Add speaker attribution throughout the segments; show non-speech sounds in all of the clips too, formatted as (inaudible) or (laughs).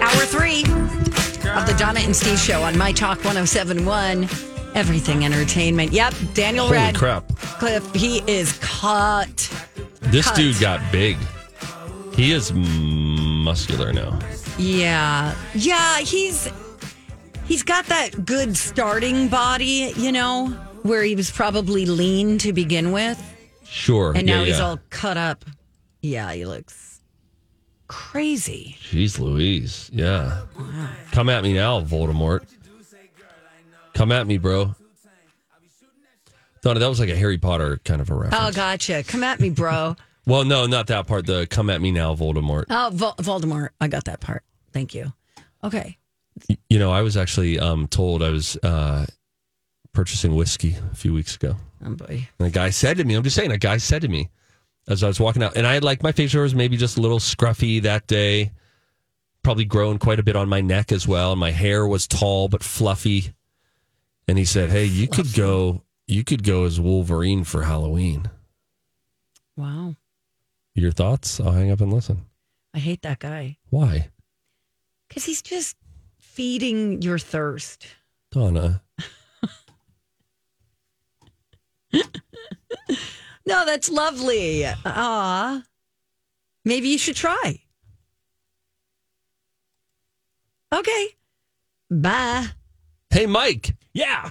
Speaker 1: Hour three of the Donna and Steve show on My Talk 1071, Everything Entertainment. Yep, Daniel
Speaker 2: Holy
Speaker 1: Radcliffe,
Speaker 2: crap.
Speaker 1: he is cut.
Speaker 2: This
Speaker 1: Cut.
Speaker 2: dude got big. He is muscular now.
Speaker 1: Yeah. Yeah, he's he's got that good starting body, you know, where he was probably lean to begin with.
Speaker 2: Sure.
Speaker 1: And
Speaker 2: yeah,
Speaker 1: now he's
Speaker 2: yeah.
Speaker 1: all cut up. Yeah, he looks crazy.
Speaker 2: Jeez Louise. Yeah. Come at me now, Voldemort. Come at me, bro. Donna, that was like a Harry Potter kind of a
Speaker 1: Oh,
Speaker 2: reference.
Speaker 1: gotcha. Come at me, bro.
Speaker 2: Well, no, not that part. The come at me now, Voldemort.
Speaker 1: Oh, Vol- Voldemort. I got that part. Thank you. Okay.
Speaker 2: You know, I was actually um, told I was uh, purchasing whiskey a few weeks ago.
Speaker 1: Oh, boy.
Speaker 2: And a guy said to me, I'm just saying, a guy said to me as I was walking out, and I had like my facial hair was maybe just a little scruffy that day, probably grown quite a bit on my neck as well. And my hair was tall but fluffy. And he said, Hey, you could go, you could go as Wolverine for Halloween.
Speaker 1: Wow.
Speaker 2: Your thoughts? I'll hang up and listen.
Speaker 1: I hate that guy
Speaker 2: Why?
Speaker 1: because he's just feeding your thirst.
Speaker 2: Donna.
Speaker 1: No, that's lovely. Ah, maybe you should try. Okay. Bye.
Speaker 2: Hey, Mike. Yeah.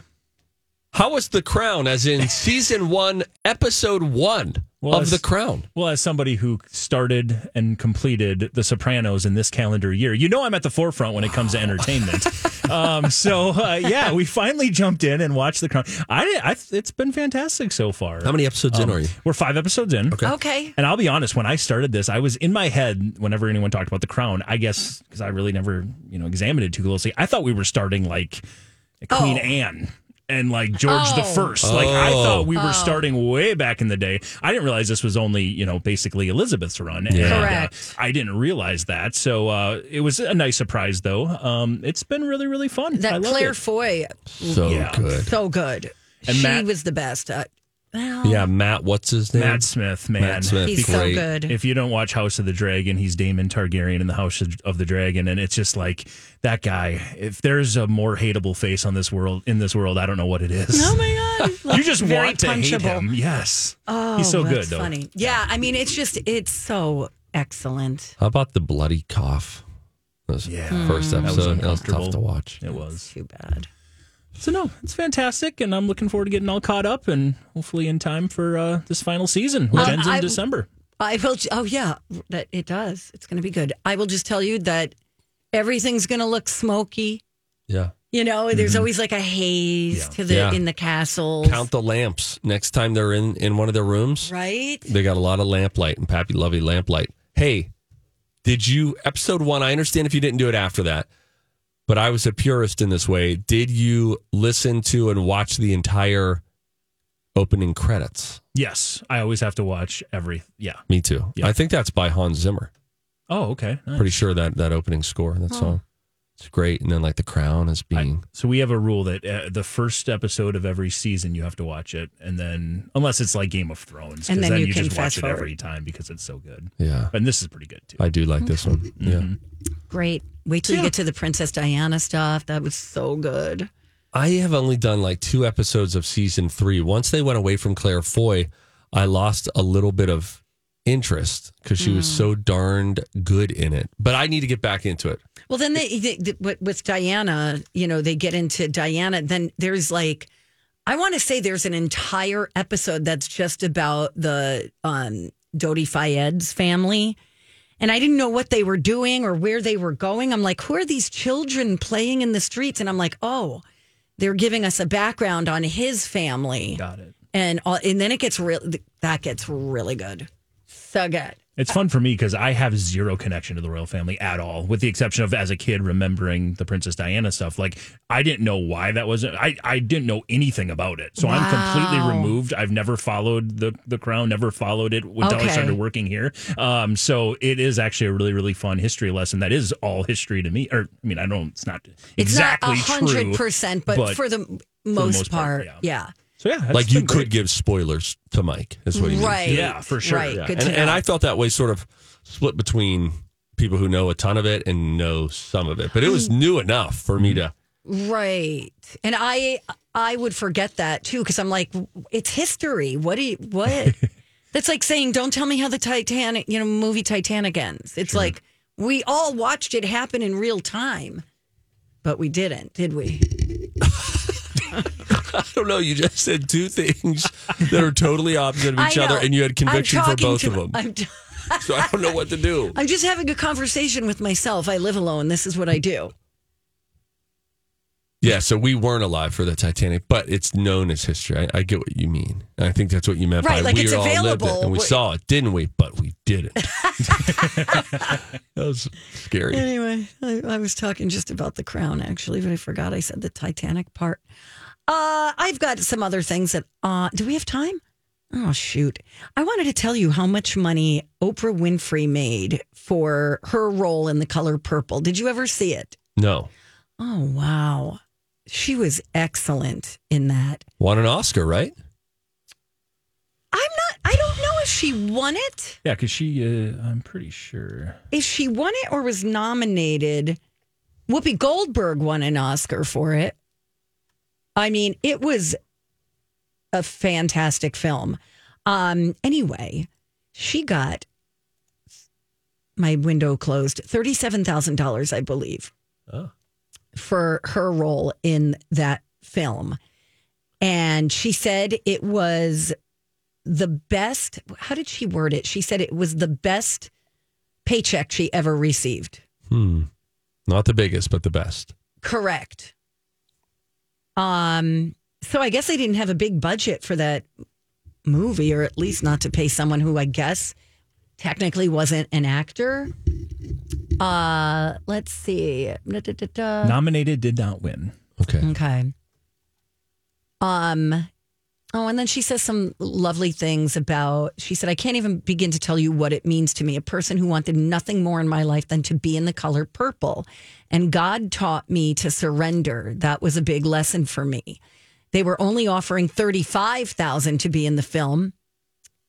Speaker 2: How was The Crown, as (laughs) in season one, episode one of
Speaker 3: Was.
Speaker 2: The Crown?
Speaker 3: Well, as somebody who started and completed The Sopranos in this calendar year, you know I'm at the forefront when it
Speaker 2: (laughs)
Speaker 3: comes to entertainment. um, so uh, yeah, we finally jumped in and watched The Crown. I, did- I it's been fantastic so far.
Speaker 2: How many episodes in
Speaker 3: Um,
Speaker 2: are you?
Speaker 3: We're five episodes in.
Speaker 2: Okay.
Speaker 1: Okay.
Speaker 3: And I'll be honest, when I started this, I was in my head whenever anyone talked about The Crown. I guess because I really never, you know, examined it too closely. I thought we were starting like Queen
Speaker 1: Oh.
Speaker 3: Anne and like George the
Speaker 1: Oh.
Speaker 3: First. Like I thought we were
Speaker 1: Oh.
Speaker 3: starting way back in the day. I didn't realize this was only, you know, basically Elizabeth's run. And,
Speaker 2: Yeah.
Speaker 1: Correct.
Speaker 3: Uh, I didn't realize that. So uh, it was a nice surprise, though. Um, it's been really, really fun. I
Speaker 1: That
Speaker 3: love
Speaker 1: Claire
Speaker 3: it.
Speaker 1: Foy,
Speaker 2: So
Speaker 3: Yeah.
Speaker 2: good.
Speaker 1: so good.
Speaker 3: And
Speaker 1: she
Speaker 3: Matt-
Speaker 1: was the best. Uh, well,
Speaker 2: Yeah, Matt. What's his name?
Speaker 3: Matt Smith, man.
Speaker 2: Matt Smith.
Speaker 1: he's
Speaker 2: great.
Speaker 1: so good.
Speaker 3: If you don't watch House of the Dragon, he's Damon Targaryen in the House of the Dragon, and it's just like that guy. If there's a more hateable face on this world, in this world, I don't know what it is.
Speaker 1: oh my god!
Speaker 3: (laughs) you just
Speaker 1: Very
Speaker 3: want to hate
Speaker 1: punchable.
Speaker 3: him. Yes,
Speaker 1: Oh,
Speaker 3: he's so
Speaker 1: that's
Speaker 3: good though.
Speaker 1: Funny. Yeah, I mean, it's just it's so excellent.
Speaker 2: How about the bloody cough? That was
Speaker 3: Yeah. Mm.
Speaker 2: first
Speaker 3: was
Speaker 2: episode. That was, tough
Speaker 3: uncomfortable.
Speaker 2: to watch.
Speaker 3: It was
Speaker 1: Too bad.
Speaker 3: so no, it's fantastic, and I'm looking forward to getting all caught up, and hopefully in time for uh, this final season, which
Speaker 1: Um,
Speaker 3: ends in
Speaker 1: I-
Speaker 3: December.
Speaker 1: I will. Oh yeah, that it does. It's going to be good. I will just tell you that everything's going to look smoky.
Speaker 2: Yeah.
Speaker 1: You know, there's always like a haze
Speaker 3: Yeah.
Speaker 1: to the
Speaker 2: Mm-hmm. Yeah.
Speaker 1: in the castles,
Speaker 2: Count the lamps. Next time they're in in one of their rooms,
Speaker 1: right?
Speaker 2: they got a lot of lamplight and Pappy Lovey lamplight. Hey, did you episode one? I understand if you didn't do it after that, but I was a purist in this way. Did you listen to and watch the entire opening credits?
Speaker 3: Yes, I always have to watch every. Yeah.
Speaker 2: Me too.
Speaker 3: Yeah.
Speaker 2: I think that's by Hans Zimmer.
Speaker 3: Oh, okay. Nice.
Speaker 2: Pretty sure that that opening score, that song, it's great. And then like the crown is being.
Speaker 3: So we have a rule that uh, the first episode of every season you have to watch it, and then unless it's like Game of Thrones, 'cause
Speaker 1: And then you can
Speaker 3: just
Speaker 1: fast
Speaker 3: watch it
Speaker 1: forward.
Speaker 3: every time because it's so good.
Speaker 2: Yeah,
Speaker 3: And this is pretty good too.
Speaker 2: I do like this one. Yeah,
Speaker 1: Great. Wait till you get to the Princess Diana stuff. That was so good.
Speaker 2: I have only done like two episodes of season three. Once they went away from Claire Foy, I lost a little bit of interest because she
Speaker 1: Mm.
Speaker 2: was so darned good in it. But I need to get back into it.
Speaker 1: Well, then they, they, they- with- with Diana, you know, they get into Diana. Then there's like, I want to say there's an entire episode that's just about the um, Dodi Fayed's family. And I didn't know what they were doing or where they were going. I'm like, who are these children playing in the streets? And I'm like, oh, they're giving us a background on his family.
Speaker 3: Got it.
Speaker 1: And all, and then it gets real, that gets really good. So good.
Speaker 3: It's fun for me because I have zero connection to the royal family at all, with the exception of as a kid remembering the Princess Diana stuff. Like I didn't know why that wasn't. I I didn't know anything about it, so I'm completely
Speaker 1: Wow.
Speaker 3: removed. I've never followed the the Crown, never followed it until
Speaker 1: Okay.
Speaker 3: I started working here. Um, so it is actually a really really fun history lesson. That is all history to me. Or I mean, I don't. It's not
Speaker 1: It's
Speaker 3: exactly
Speaker 1: not hundred
Speaker 3: true.
Speaker 1: percent, but,
Speaker 3: but
Speaker 1: for the m- most,
Speaker 3: most
Speaker 1: part,
Speaker 3: part,
Speaker 1: yeah.
Speaker 3: So yeah, that's
Speaker 2: like you
Speaker 3: been
Speaker 2: could
Speaker 3: great.
Speaker 2: give spoilers to Mike. Is what you mean.
Speaker 1: Right.
Speaker 3: Yeah, for sure.
Speaker 1: Right.
Speaker 2: Yeah.
Speaker 1: Good
Speaker 2: and,
Speaker 1: to know.
Speaker 2: and I felt that way, sort of split between people who know a ton of it and know some of it. But it was
Speaker 1: Mm.
Speaker 2: new enough for me to.
Speaker 1: Right. And I I would forget that too because I'm like it's history. What do you
Speaker 2: (laughs)
Speaker 1: what? That's like saying don't tell me how the Titanic, you know, movie Titanic ends. It's like we all watched it happen in real time. But we didn't, did we?
Speaker 2: I don't know. You just said two
Speaker 1: (laughs)
Speaker 2: things that are totally opposite of each
Speaker 1: I
Speaker 2: other,
Speaker 1: know.
Speaker 2: and you had conviction
Speaker 1: I'm
Speaker 2: for
Speaker 1: talking
Speaker 2: both
Speaker 1: to-
Speaker 2: of
Speaker 1: (laughs)
Speaker 2: them.
Speaker 1: I'm, t-
Speaker 2: so I don't know what to do.
Speaker 1: I'm just having a conversation with myself. I live alone. This is what I do.
Speaker 2: Yeah, so we weren't alive for the Titanic, but it's known as history. I, I get what you mean. And I think that's what you meant
Speaker 1: Right,
Speaker 2: by
Speaker 1: like
Speaker 2: we
Speaker 1: it's
Speaker 2: all lived
Speaker 1: available.
Speaker 2: it and we
Speaker 1: What-
Speaker 2: saw it, didn't we? But we
Speaker 1: (laughs)
Speaker 2: didn't. that was scary.
Speaker 1: Anyway, I, I was talking just about the crown actually, but I forgot I said the Titanic part. Uh, I've got some other things that. Uh, do we have time? Oh shoot! I wanted to tell you how much money Oprah Winfrey made for her role in The Color Purple. Did you ever see it?
Speaker 2: No,
Speaker 1: Oh wow, she was excellent in that.
Speaker 2: won an Oscar, right?
Speaker 1: I'm not. I don't know if she won it.
Speaker 3: Yeah, because she. Uh, I'm pretty sure.
Speaker 1: If she won it or was nominated. Whoopi Goldberg won an Oscar for it. I mean, it was a fantastic film. Um, anyway, she got my window closed thirty-seven thousand dollars, I believe,
Speaker 2: Oh.
Speaker 1: for her role in that film, and she said it was the best. How did she word it? She said it was the best paycheck she ever received.
Speaker 2: Hmm. Not the biggest, but the best.
Speaker 1: Correct. Um, so I guess they didn't have a big budget for that movie, or at least not to pay someone who I guess technically wasn't an actor. Uh, let's see. Da-da-da-da.
Speaker 3: Nominated, did not win.
Speaker 2: Okay.
Speaker 1: Mm. Okay. Um oh and then she says some lovely things about she said I can't even begin to tell you what it means to me a person who wanted nothing more in my life than to be in the color purple and God taught me to surrender that was a big lesson for me. They were only offering 35,000 to be in the film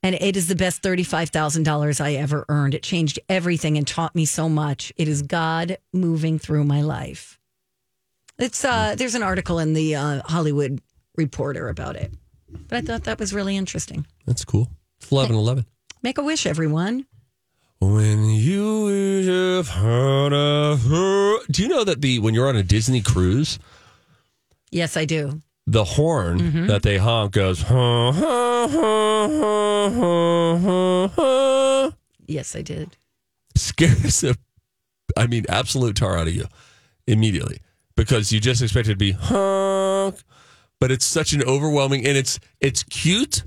Speaker 1: and it is the best $35,000 I ever earned. It changed everything and taught me so much. It is God moving through my life. It's uh, there's an article in the uh, Hollywood Reporter about it, but I thought that was really interesting.
Speaker 2: That's cool. It's 11 11.
Speaker 1: Make a wish, everyone.
Speaker 2: When you would have heard of her. Do you know that the when you're on a Disney cruise,
Speaker 1: Yes, I do.
Speaker 2: the horn that they honk goes. "Huh, huh, huh, huh, huh, huh, huh,"
Speaker 1: Yes, I did.
Speaker 2: scares the, I mean, absolute tar out of you immediately because you just expect it to be honk, but it's such an overwhelming and it's it's cute,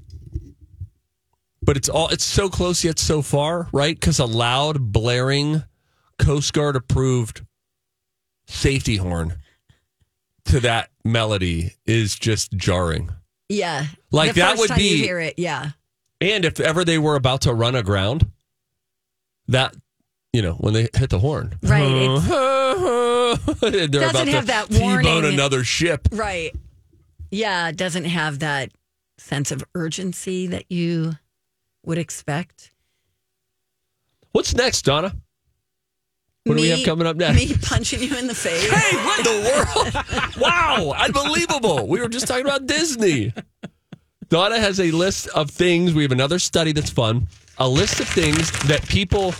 Speaker 2: but it's all it's so close yet so far, right? Because a loud blaring Coast Guard approved safety horn to that melody is just jarring.
Speaker 1: Yeah,
Speaker 2: Like,
Speaker 1: The
Speaker 2: that
Speaker 1: first
Speaker 2: would
Speaker 1: time you
Speaker 2: be-
Speaker 1: hear it. Yeah,
Speaker 2: And if ever they were about to run aground, that you know when they hit the horn,
Speaker 1: Right,
Speaker 2: (laughs) they're
Speaker 1: Doesn't
Speaker 2: about
Speaker 1: have
Speaker 2: to
Speaker 1: that
Speaker 2: T-bone
Speaker 1: warning.
Speaker 2: another ship.
Speaker 1: right. Yeah, it doesn't have that sense of urgency that you would expect.
Speaker 2: What's next, Donna? What do we have coming up next?
Speaker 1: Me punching you in the
Speaker 2: (laughs)
Speaker 1: face.
Speaker 2: Hey, what in the world? (laughs) wow, unbelievable. We were just talking about Disney. Donna has a list of things. We have another study that's fun. A list of things that people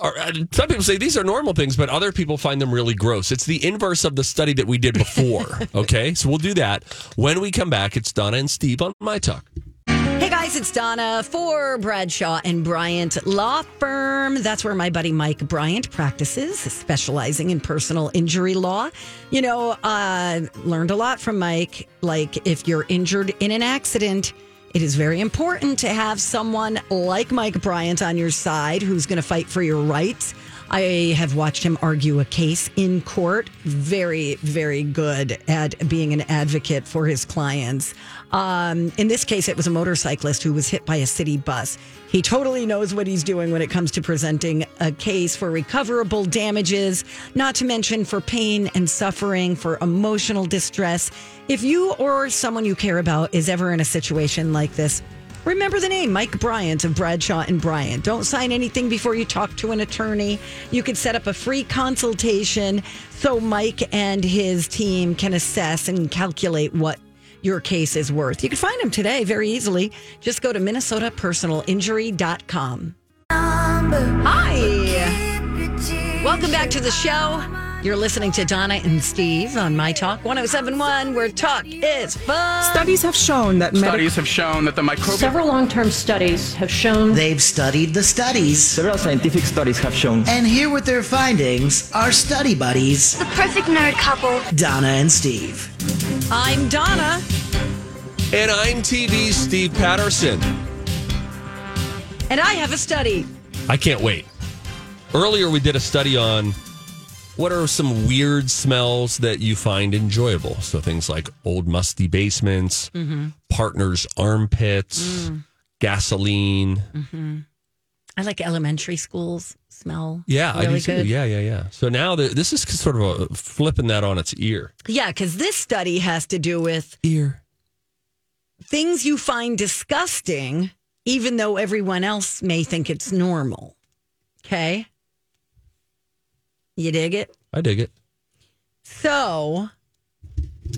Speaker 2: are. Some people say these are normal things, but other people find them really gross. It's the inverse of the study that we did (laughs) before. okay, so we'll do that when we come back. It's Donna and Steve on my talk.
Speaker 1: Hey guys, it's Donna for Bradshaw and Bryant Law Firm. That's where my buddy Mike Bryant practices, specializing in personal injury law. You know, uh, learned a lot from Mike. Like, if you're injured in an accident, It is very important to have someone like Mike Bryant on your side who's going to fight for your rights. I have watched him argue a case in court. Very, very good at being an advocate for his clients. Um, in this case, it was a motorcyclist who was hit by a city bus. He totally knows what he's doing when it comes to presenting a case for recoverable damages, not to mention for pain and suffering, for emotional distress. If you or someone you care about is ever in a situation like this, Remember the name, Mike Bryant of Bradshaw and Bryant. Don't sign anything before you talk to an attorney. You can set up a free consultation so Mike and his team can assess and calculate what your case is worth. You can find him today very easily. Just go to minnesotapersonalinjury.com. Hi. Welcome back to the show. You're listening to Donna and Steve on My Talk 1071 where talk is fun.
Speaker 4: Studies have shown that medical
Speaker 5: Studies have shown that the microbial
Speaker 6: Several long term studies have shown
Speaker 7: They've studied the studies.
Speaker 8: Several scientific studies have shown
Speaker 7: And here with their findings are study buddies,
Speaker 9: The perfect nerd couple.
Speaker 7: Donna and Steve.
Speaker 1: I'm Donna.
Speaker 2: And I'm TV Steve Patterson.
Speaker 1: And I have a study.
Speaker 2: I can't wait. Earlier, we did a study on what are some weird smells that you find enjoyable. So things like old musty basements,
Speaker 1: Mm-hmm.
Speaker 2: partners' armpits,
Speaker 1: Mm.
Speaker 2: gasoline.
Speaker 1: I like elementary schools smell.
Speaker 2: Yeah,
Speaker 1: really
Speaker 2: I do too.
Speaker 1: good.
Speaker 2: Yeah, yeah, yeah. So now the, this is sort of a, flipping that on its ear.
Speaker 1: Yeah, because this study has to do with
Speaker 2: Ear.
Speaker 1: things you find disgusting, even though everyone else may think it's normal. Okay. You dig it?
Speaker 2: I dig it.
Speaker 1: So,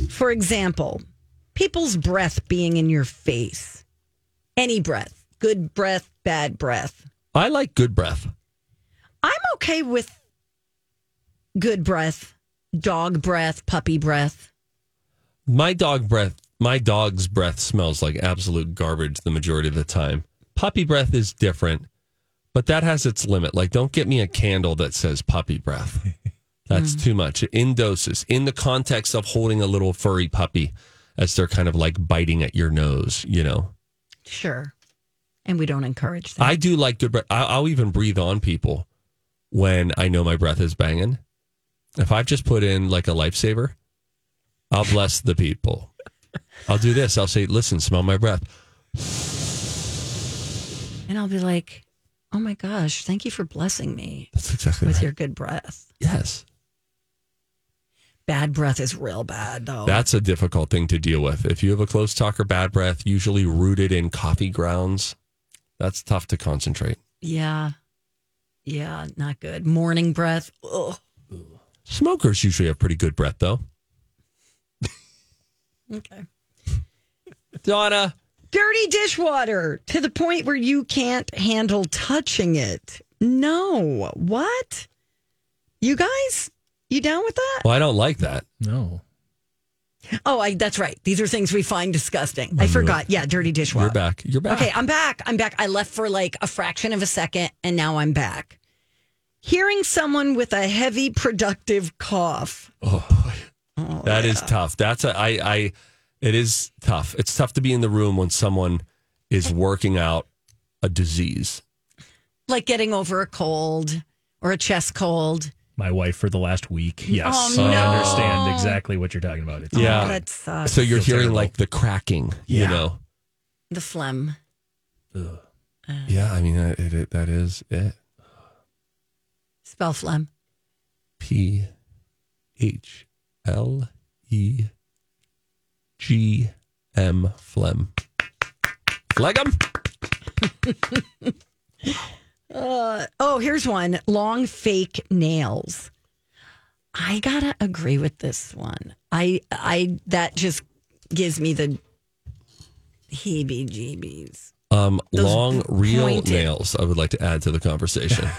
Speaker 1: for example, people's breath being in your face, any breath, good breath, bad breath.
Speaker 2: I like good breath.
Speaker 1: I'm okay with good breath, dog breath, puppy breath.
Speaker 2: My dog breath, my dog's breath smells like absolute garbage the majority of the time. Puppy breath is different, but that has its limit. Like, don't get me a candle that says puppy breath. That's too much. In doses, in the context of holding a little furry puppy as they're kind of like biting at your nose, you know.
Speaker 1: Sure. And we don't encourage that.
Speaker 2: I do like good breath. I- I'll even breathe on people when I know my breath is banging. If I've just put in like a lifesaver, I'll bless the people. I'll do this. I'll say, listen, smell my breath.
Speaker 1: and I'll be like, oh my gosh, thank you for blessing me
Speaker 2: That's exactly
Speaker 1: with
Speaker 2: right.
Speaker 1: your good breath.
Speaker 2: yes.
Speaker 1: Bad breath is real bad, though.
Speaker 2: That's a difficult thing to deal with. If you have a close talk or bad breath, usually rooted in coffee grounds, that's tough to concentrate.
Speaker 1: yeah. Yeah, not good. Morning breath. Ugh.
Speaker 2: Smokers usually have pretty good breath, though.
Speaker 1: Okay.
Speaker 2: Donna,
Speaker 1: Dirty dishwater to the point where you can't handle touching it. No. What? You guys, you down with that?
Speaker 2: well, I don't like that.
Speaker 3: No.
Speaker 1: Oh, I, that's right. These are things we find disgusting.
Speaker 2: Mm-hmm.
Speaker 1: I forgot. Yeah, dirty dishwater.
Speaker 2: You're back. You're back.
Speaker 1: Okay, I'm back. I'm back. I left for like a fraction of a second and now I'm back. Hearing someone with a heavy productive cough.
Speaker 2: That is tough. That's a, I, I, it is tough. It's tough to be in the room when someone is working out a disease.
Speaker 1: Like getting over a cold or a chest cold.
Speaker 3: My wife for the last week. Yes.
Speaker 1: Oh,
Speaker 3: I
Speaker 1: no.
Speaker 3: understand exactly what you're talking about. It's
Speaker 2: Yeah.
Speaker 1: Oh, that sucks.
Speaker 2: So you're
Speaker 3: Feels
Speaker 2: hearing
Speaker 3: terrible.
Speaker 2: like the cracking, you
Speaker 3: Yeah.
Speaker 2: know?
Speaker 1: the phlegm.
Speaker 2: Yeah. I mean, that- it, it, that is it.
Speaker 1: Spell phlegm.
Speaker 2: P H L E G M phlegm. Phlegm?
Speaker 1: Oh, here's one. Long fake nails. I gotta agree with this one. I I that just gives me the heebie jeebies.
Speaker 2: Um, long real
Speaker 1: pointed-
Speaker 2: nails. I would like to add to the conversation.
Speaker 1: (laughs)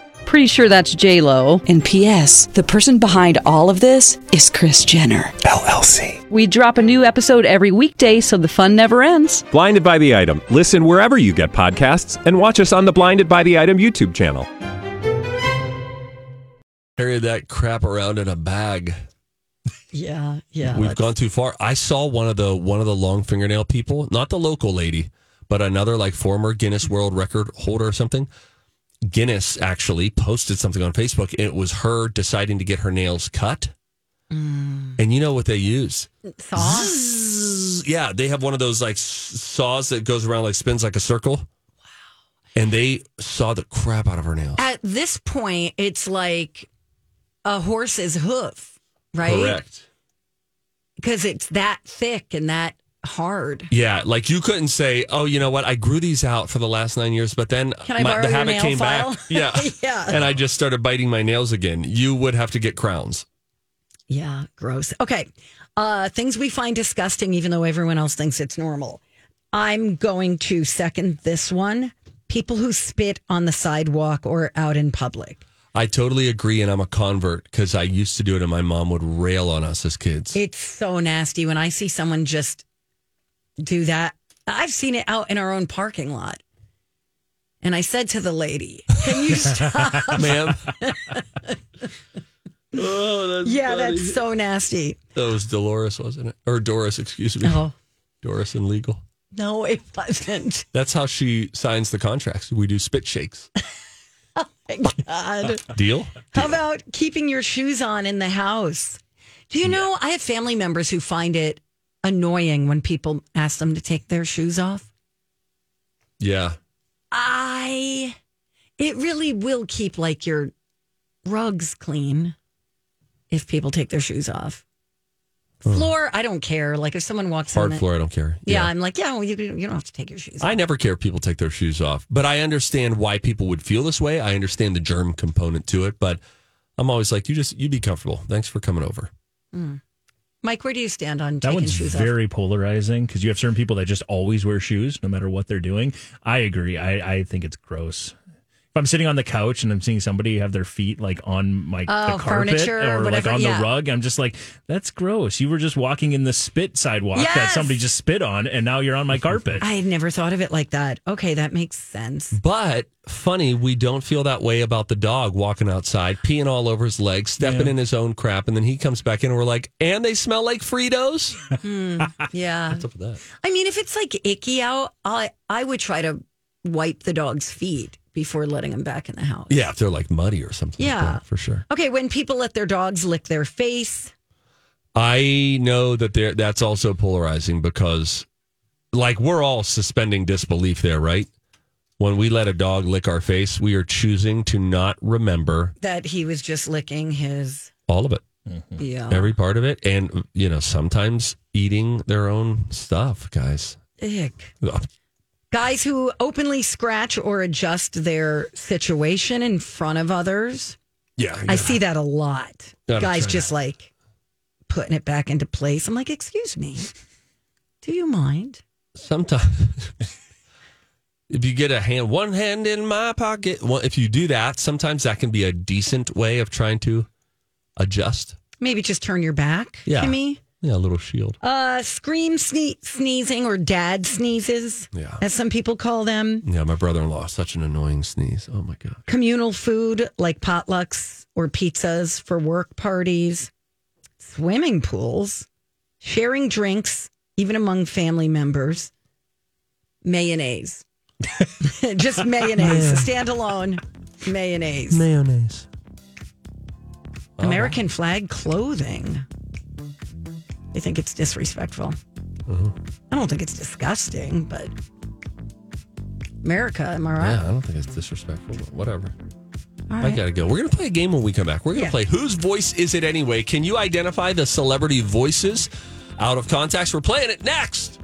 Speaker 10: Pretty sure that's J Lo.
Speaker 4: And P.S. The person behind all of this is Chris Jenner.
Speaker 8: LLC.
Speaker 10: We drop a new episode every weekday, so the fun never ends.
Speaker 8: Blinded by the Item. Listen wherever you get podcasts and watch us on the Blinded by the Item YouTube channel.
Speaker 2: Carry that crap around in a bag.
Speaker 1: Yeah, yeah.
Speaker 2: We've gone too far. I saw one of the one of the long fingernail people, not the local lady, but another like former Guinness
Speaker 1: Mm-hmm.
Speaker 2: World Record holder or something. Guinness actually posted something on Facebook. And it was her deciding to get her nails cut.
Speaker 1: Mm.
Speaker 2: And you know what they use?
Speaker 1: Sauce?
Speaker 2: Zzz. Yeah, they have one of those like s- saws that goes around like spins like a circle. Wow. And they saw the crap out of her nails.
Speaker 1: At this point, it's like a horse's hoof, right?
Speaker 2: Correct.
Speaker 1: Because it's that thick and that hard.
Speaker 2: Yeah, like you couldn't say, "Oh, you know what? I grew these out for the last nine years, but then
Speaker 1: Can I borrow
Speaker 2: the
Speaker 1: your
Speaker 2: habit
Speaker 1: nail
Speaker 2: came
Speaker 1: file?
Speaker 2: back, (laughs) yeah,
Speaker 1: (laughs) Yeah.
Speaker 2: and I just started biting my nails again." You would have to get crowns.
Speaker 1: Yeah, gross. Okay. Uh, things we find disgusting, even though everyone else thinks it's normal. I'm going to second this one people who spit on the sidewalk or out in public.
Speaker 2: I totally agree, and I'm a convert because I used to do it, and my mom would rail on us as kids.
Speaker 1: It's so nasty when I see someone just do that. I've seen it out in our own parking lot. And I said to the lady, Can you stop?
Speaker 2: (laughs) Ma'am. oh, that's
Speaker 1: yeah,
Speaker 2: funny.
Speaker 1: that's so nasty.
Speaker 2: that was Dolores, wasn't it? Or Doris, excuse me.
Speaker 1: No,
Speaker 2: Doris and legal.
Speaker 1: no, it wasn't.
Speaker 2: That's how she signs the contracts. We do
Speaker 1: (laughs)
Speaker 2: spit shakes.
Speaker 1: Thank God.
Speaker 2: Deal?
Speaker 1: How about keeping your shoes on in the house? Do you know I have family members who find it annoying when people ask them to take their shoes off?
Speaker 2: Yeah.
Speaker 1: I it really will keep like your rugs clean if people take their shoes off. Floor, I don't care. Like if someone walks on
Speaker 2: Hard
Speaker 1: it-
Speaker 2: floor, I don't care.
Speaker 1: Yeah, I'm like, yeah, well, you, you don't have to take your shoes off.
Speaker 2: I never care if people take their shoes off, but I understand why people would feel this way. I understand the germ component to it, but I'm always like, you just, you be comfortable. Thanks for coming over.
Speaker 1: Mike, where do you stand on
Speaker 3: That
Speaker 1: taking
Speaker 3: one's
Speaker 1: shoes off?
Speaker 3: very polarizing because you have certain people that just always wear shoes no matter what they're doing. I agree. I, I think it's gross. If I'm sitting on the couch and I'm seeing somebody have their feet like on my
Speaker 1: Oh,
Speaker 3: the carpet
Speaker 1: furniture or
Speaker 3: or like
Speaker 1: whatever,
Speaker 3: on
Speaker 1: yeah.
Speaker 3: the rug, I'm just like, that's gross. You were just walking in the spit sidewalk that
Speaker 1: Yes!
Speaker 3: somebody just spit on, and now you're
Speaker 1: (laughs)
Speaker 3: on my carpet.
Speaker 1: I had never thought of it like that. Okay, that makes sense.
Speaker 2: But funny, we don't feel that way about the dog walking outside, peeing all over his legs, stepping in his own crap, and then he comes back in and we're like, and they smell like Fritos?
Speaker 1: Yeah.
Speaker 2: What's up with that?
Speaker 1: I mean, if it's like icky out, I I would try to wipe the dog's feet before letting him back in the house.
Speaker 2: Yeah, if they're like muddy or something. like
Speaker 1: Yeah.
Speaker 2: that, for sure.
Speaker 1: Okay, when people let their dogs lick their face,
Speaker 2: I know that there that's also polarizing because like we're all suspending disbelief there, right? When we let a dog lick our face, we are choosing to not remember
Speaker 1: that he was just licking his
Speaker 2: all of it,
Speaker 1: yeah.
Speaker 2: every part of it, and you know, sometimes eating their own stuff, guys.
Speaker 1: Ick. Guys who openly scratch or adjust their situation in front of others.
Speaker 2: (laughs) Yeah,
Speaker 1: I see that a lot.
Speaker 2: Gotta
Speaker 1: Guys
Speaker 2: try
Speaker 1: just like putting it back into place. I'm like, excuse me. Do you mind?
Speaker 2: sometimes (laughs) if you get a hand one hand in my pocket one, if you do that sometimes that can be a decent way of trying to adjust
Speaker 1: Maybe just turn your back
Speaker 2: Yeah.
Speaker 1: to me.
Speaker 2: yeah a little shield
Speaker 1: Uh, scream sne- sneezing or dad sneezes,
Speaker 2: Yeah.
Speaker 1: as some people call them.
Speaker 2: yeah my brother-in-law such an annoying sneeze oh my god
Speaker 1: Communal food like potlucks or pizzas for work parties, swimming pools, sharing drinks, even among family members. Mayonnaise. (laughs) Just mayonnaise, standalone mayonnaise.
Speaker 2: mayonnaise
Speaker 1: American flag clothing. They think it's disrespectful. I don't think it's disgusting, but America, am I right?
Speaker 2: yeah i don't think it's disrespectful but whatever
Speaker 1: All
Speaker 2: I
Speaker 1: right.
Speaker 2: gotta go. We're gonna play a game when we come back. We're gonna
Speaker 1: Yeah.
Speaker 2: play Whose Voice Is It Anyway? Can you identify the celebrity voices out of context? We're playing it next.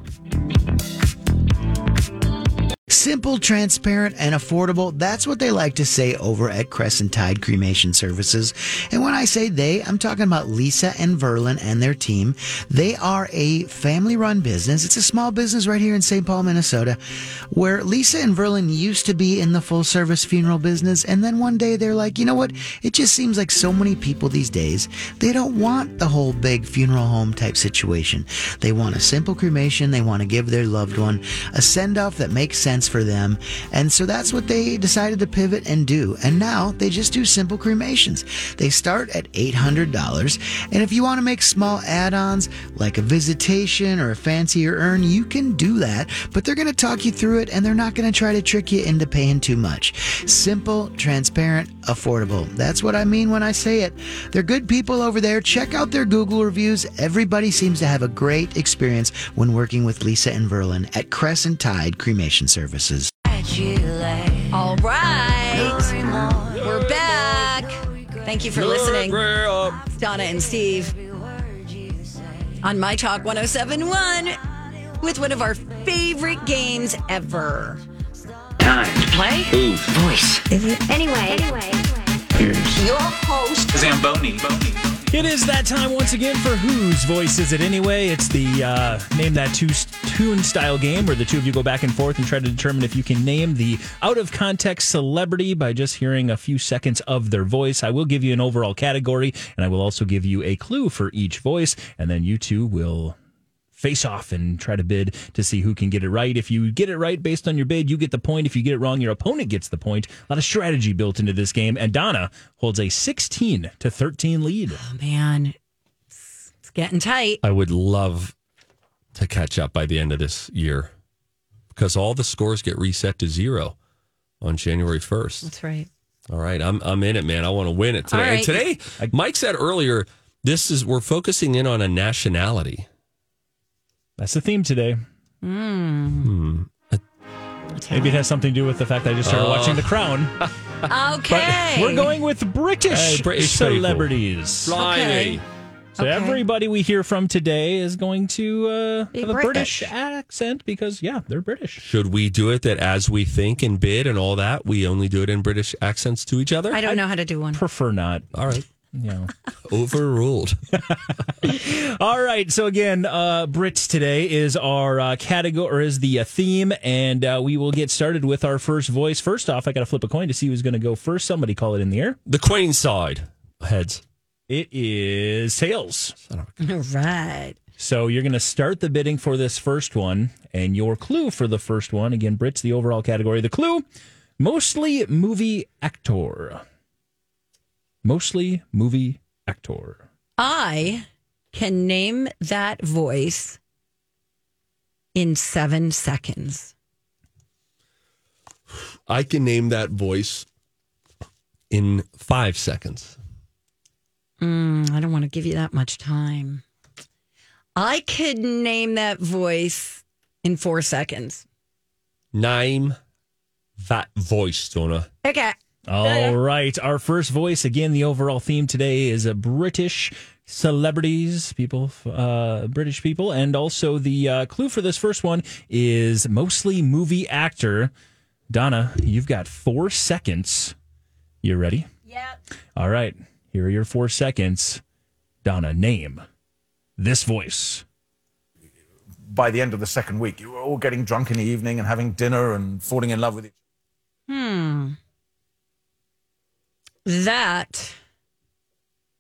Speaker 7: Simple, transparent, and affordable. That's what they like to say over at Crescent Tide Cremation Services. And when I say they, I'm talking about Lisa and Verlin and their team. They are a family run business. It's a small business right here in St. Paul, Minnesota, where Lisa and Verlin used to be in the full service funeral business. And then one day they're like, you know what? It just seems like so many people these days, they don't want the whole big funeral home type situation. They want a simple cremation. They want to give their loved one a send off that makes sense for them. And so that's what they decided to pivot and do. And now they just do simple cremations. They start at $800. And if you want to make small add ons like a visitation or a fancier urn, you can do that. But they're going to talk you through it and they're not going to try to trick you into paying too much. Simple, transparent, affordable. That's what I mean when I say it. They're good people over there. Check out their Google reviews. Everybody seems to have a great experience when working with Lisa and Verlin at Crescent Tide Cremation Services.
Speaker 1: All right. We're back. Thank you for listening. Donna and Steve on My Talk 1071 with one of our favorite games ever.
Speaker 5: Time to play. Voice.
Speaker 6: Anyway,
Speaker 5: Your host. Zamboni.
Speaker 3: It is that time once again for whose voice is it anyway? It's the uh, name that two tune style game where the two of you go back and forth and try to determine if you can name the out of context celebrity by just hearing a few seconds of their voice. I will give you an overall category and I will also give you a clue for each voice, and then you two will face off and try to bid to see who can get it right. If you get it right based on your bid, you get the point. If you get it wrong, your opponent gets the point. A lot of strategy built into this game, and Donna holds a 16 to 13 lead.
Speaker 1: Oh, man. It's getting tight.
Speaker 2: I would love to catch up by the end of this year because all the scores get reset to zero on January 1st.
Speaker 1: That's right.
Speaker 2: All right, I'm I'm in it, man. I want to win it today.
Speaker 1: All
Speaker 2: And
Speaker 1: right.
Speaker 2: today, Mike said earlier, this is we're focusing in on a nationality.
Speaker 3: That's the theme today.
Speaker 2: Hmm.
Speaker 1: Hmm. That's
Speaker 3: Maybe it has something to do with the fact that I just
Speaker 2: Uh.
Speaker 3: started watching The Crown.
Speaker 1: how-
Speaker 3: But
Speaker 1: Okay.
Speaker 3: we're going with British,
Speaker 2: Hey, British
Speaker 3: celebrities.
Speaker 2: Blimey.
Speaker 3: So
Speaker 1: Okay.
Speaker 3: everybody we hear from today is going to uh, have
Speaker 1: Be
Speaker 3: a British
Speaker 1: British.
Speaker 3: accent because yeah, they're British.
Speaker 2: Should we do it that as we think and bid and all that, we only do it in British accents to each other?
Speaker 1: I don't know how to do
Speaker 3: (laughs)
Speaker 1: one.
Speaker 3: Prefer not,
Speaker 2: All right.
Speaker 3: you know. (laughs)
Speaker 2: Overruled. (laughs)
Speaker 3: All right. So again, uh, Brits today is our uh, category or is the uh, theme, and uh, we will get started with our first voice. First off, I got to flip a coin to see who's going to go first. Somebody call it in the air.
Speaker 2: the Queen's side. Heads.
Speaker 3: It is tails.
Speaker 1: All right.
Speaker 3: So you're going to start the bidding for this first one, and your clue for the first one again, Brits, the overall category. The clue, mostly movie actor. Mostly movie actor.
Speaker 1: I can name that voice in seven seconds.
Speaker 2: I can name that voice in five seconds.
Speaker 1: Mm, I don't want to give you that much time. I could name that voice in four seconds.
Speaker 2: Name that voice, Donna.
Speaker 1: Okay.
Speaker 3: All right. Our first voice, again, the overall theme today is a British celebrities, people, uh, British people. And also the uh, clue for this first one is mostly movie actor. Donna, you've got four seconds. You ready? Yep. All right. Here are your four seconds. Donna, name this voice.
Speaker 9: by the end of the second week, you were all getting drunk in the evening and having dinner and falling in love with each
Speaker 1: Hmm. That,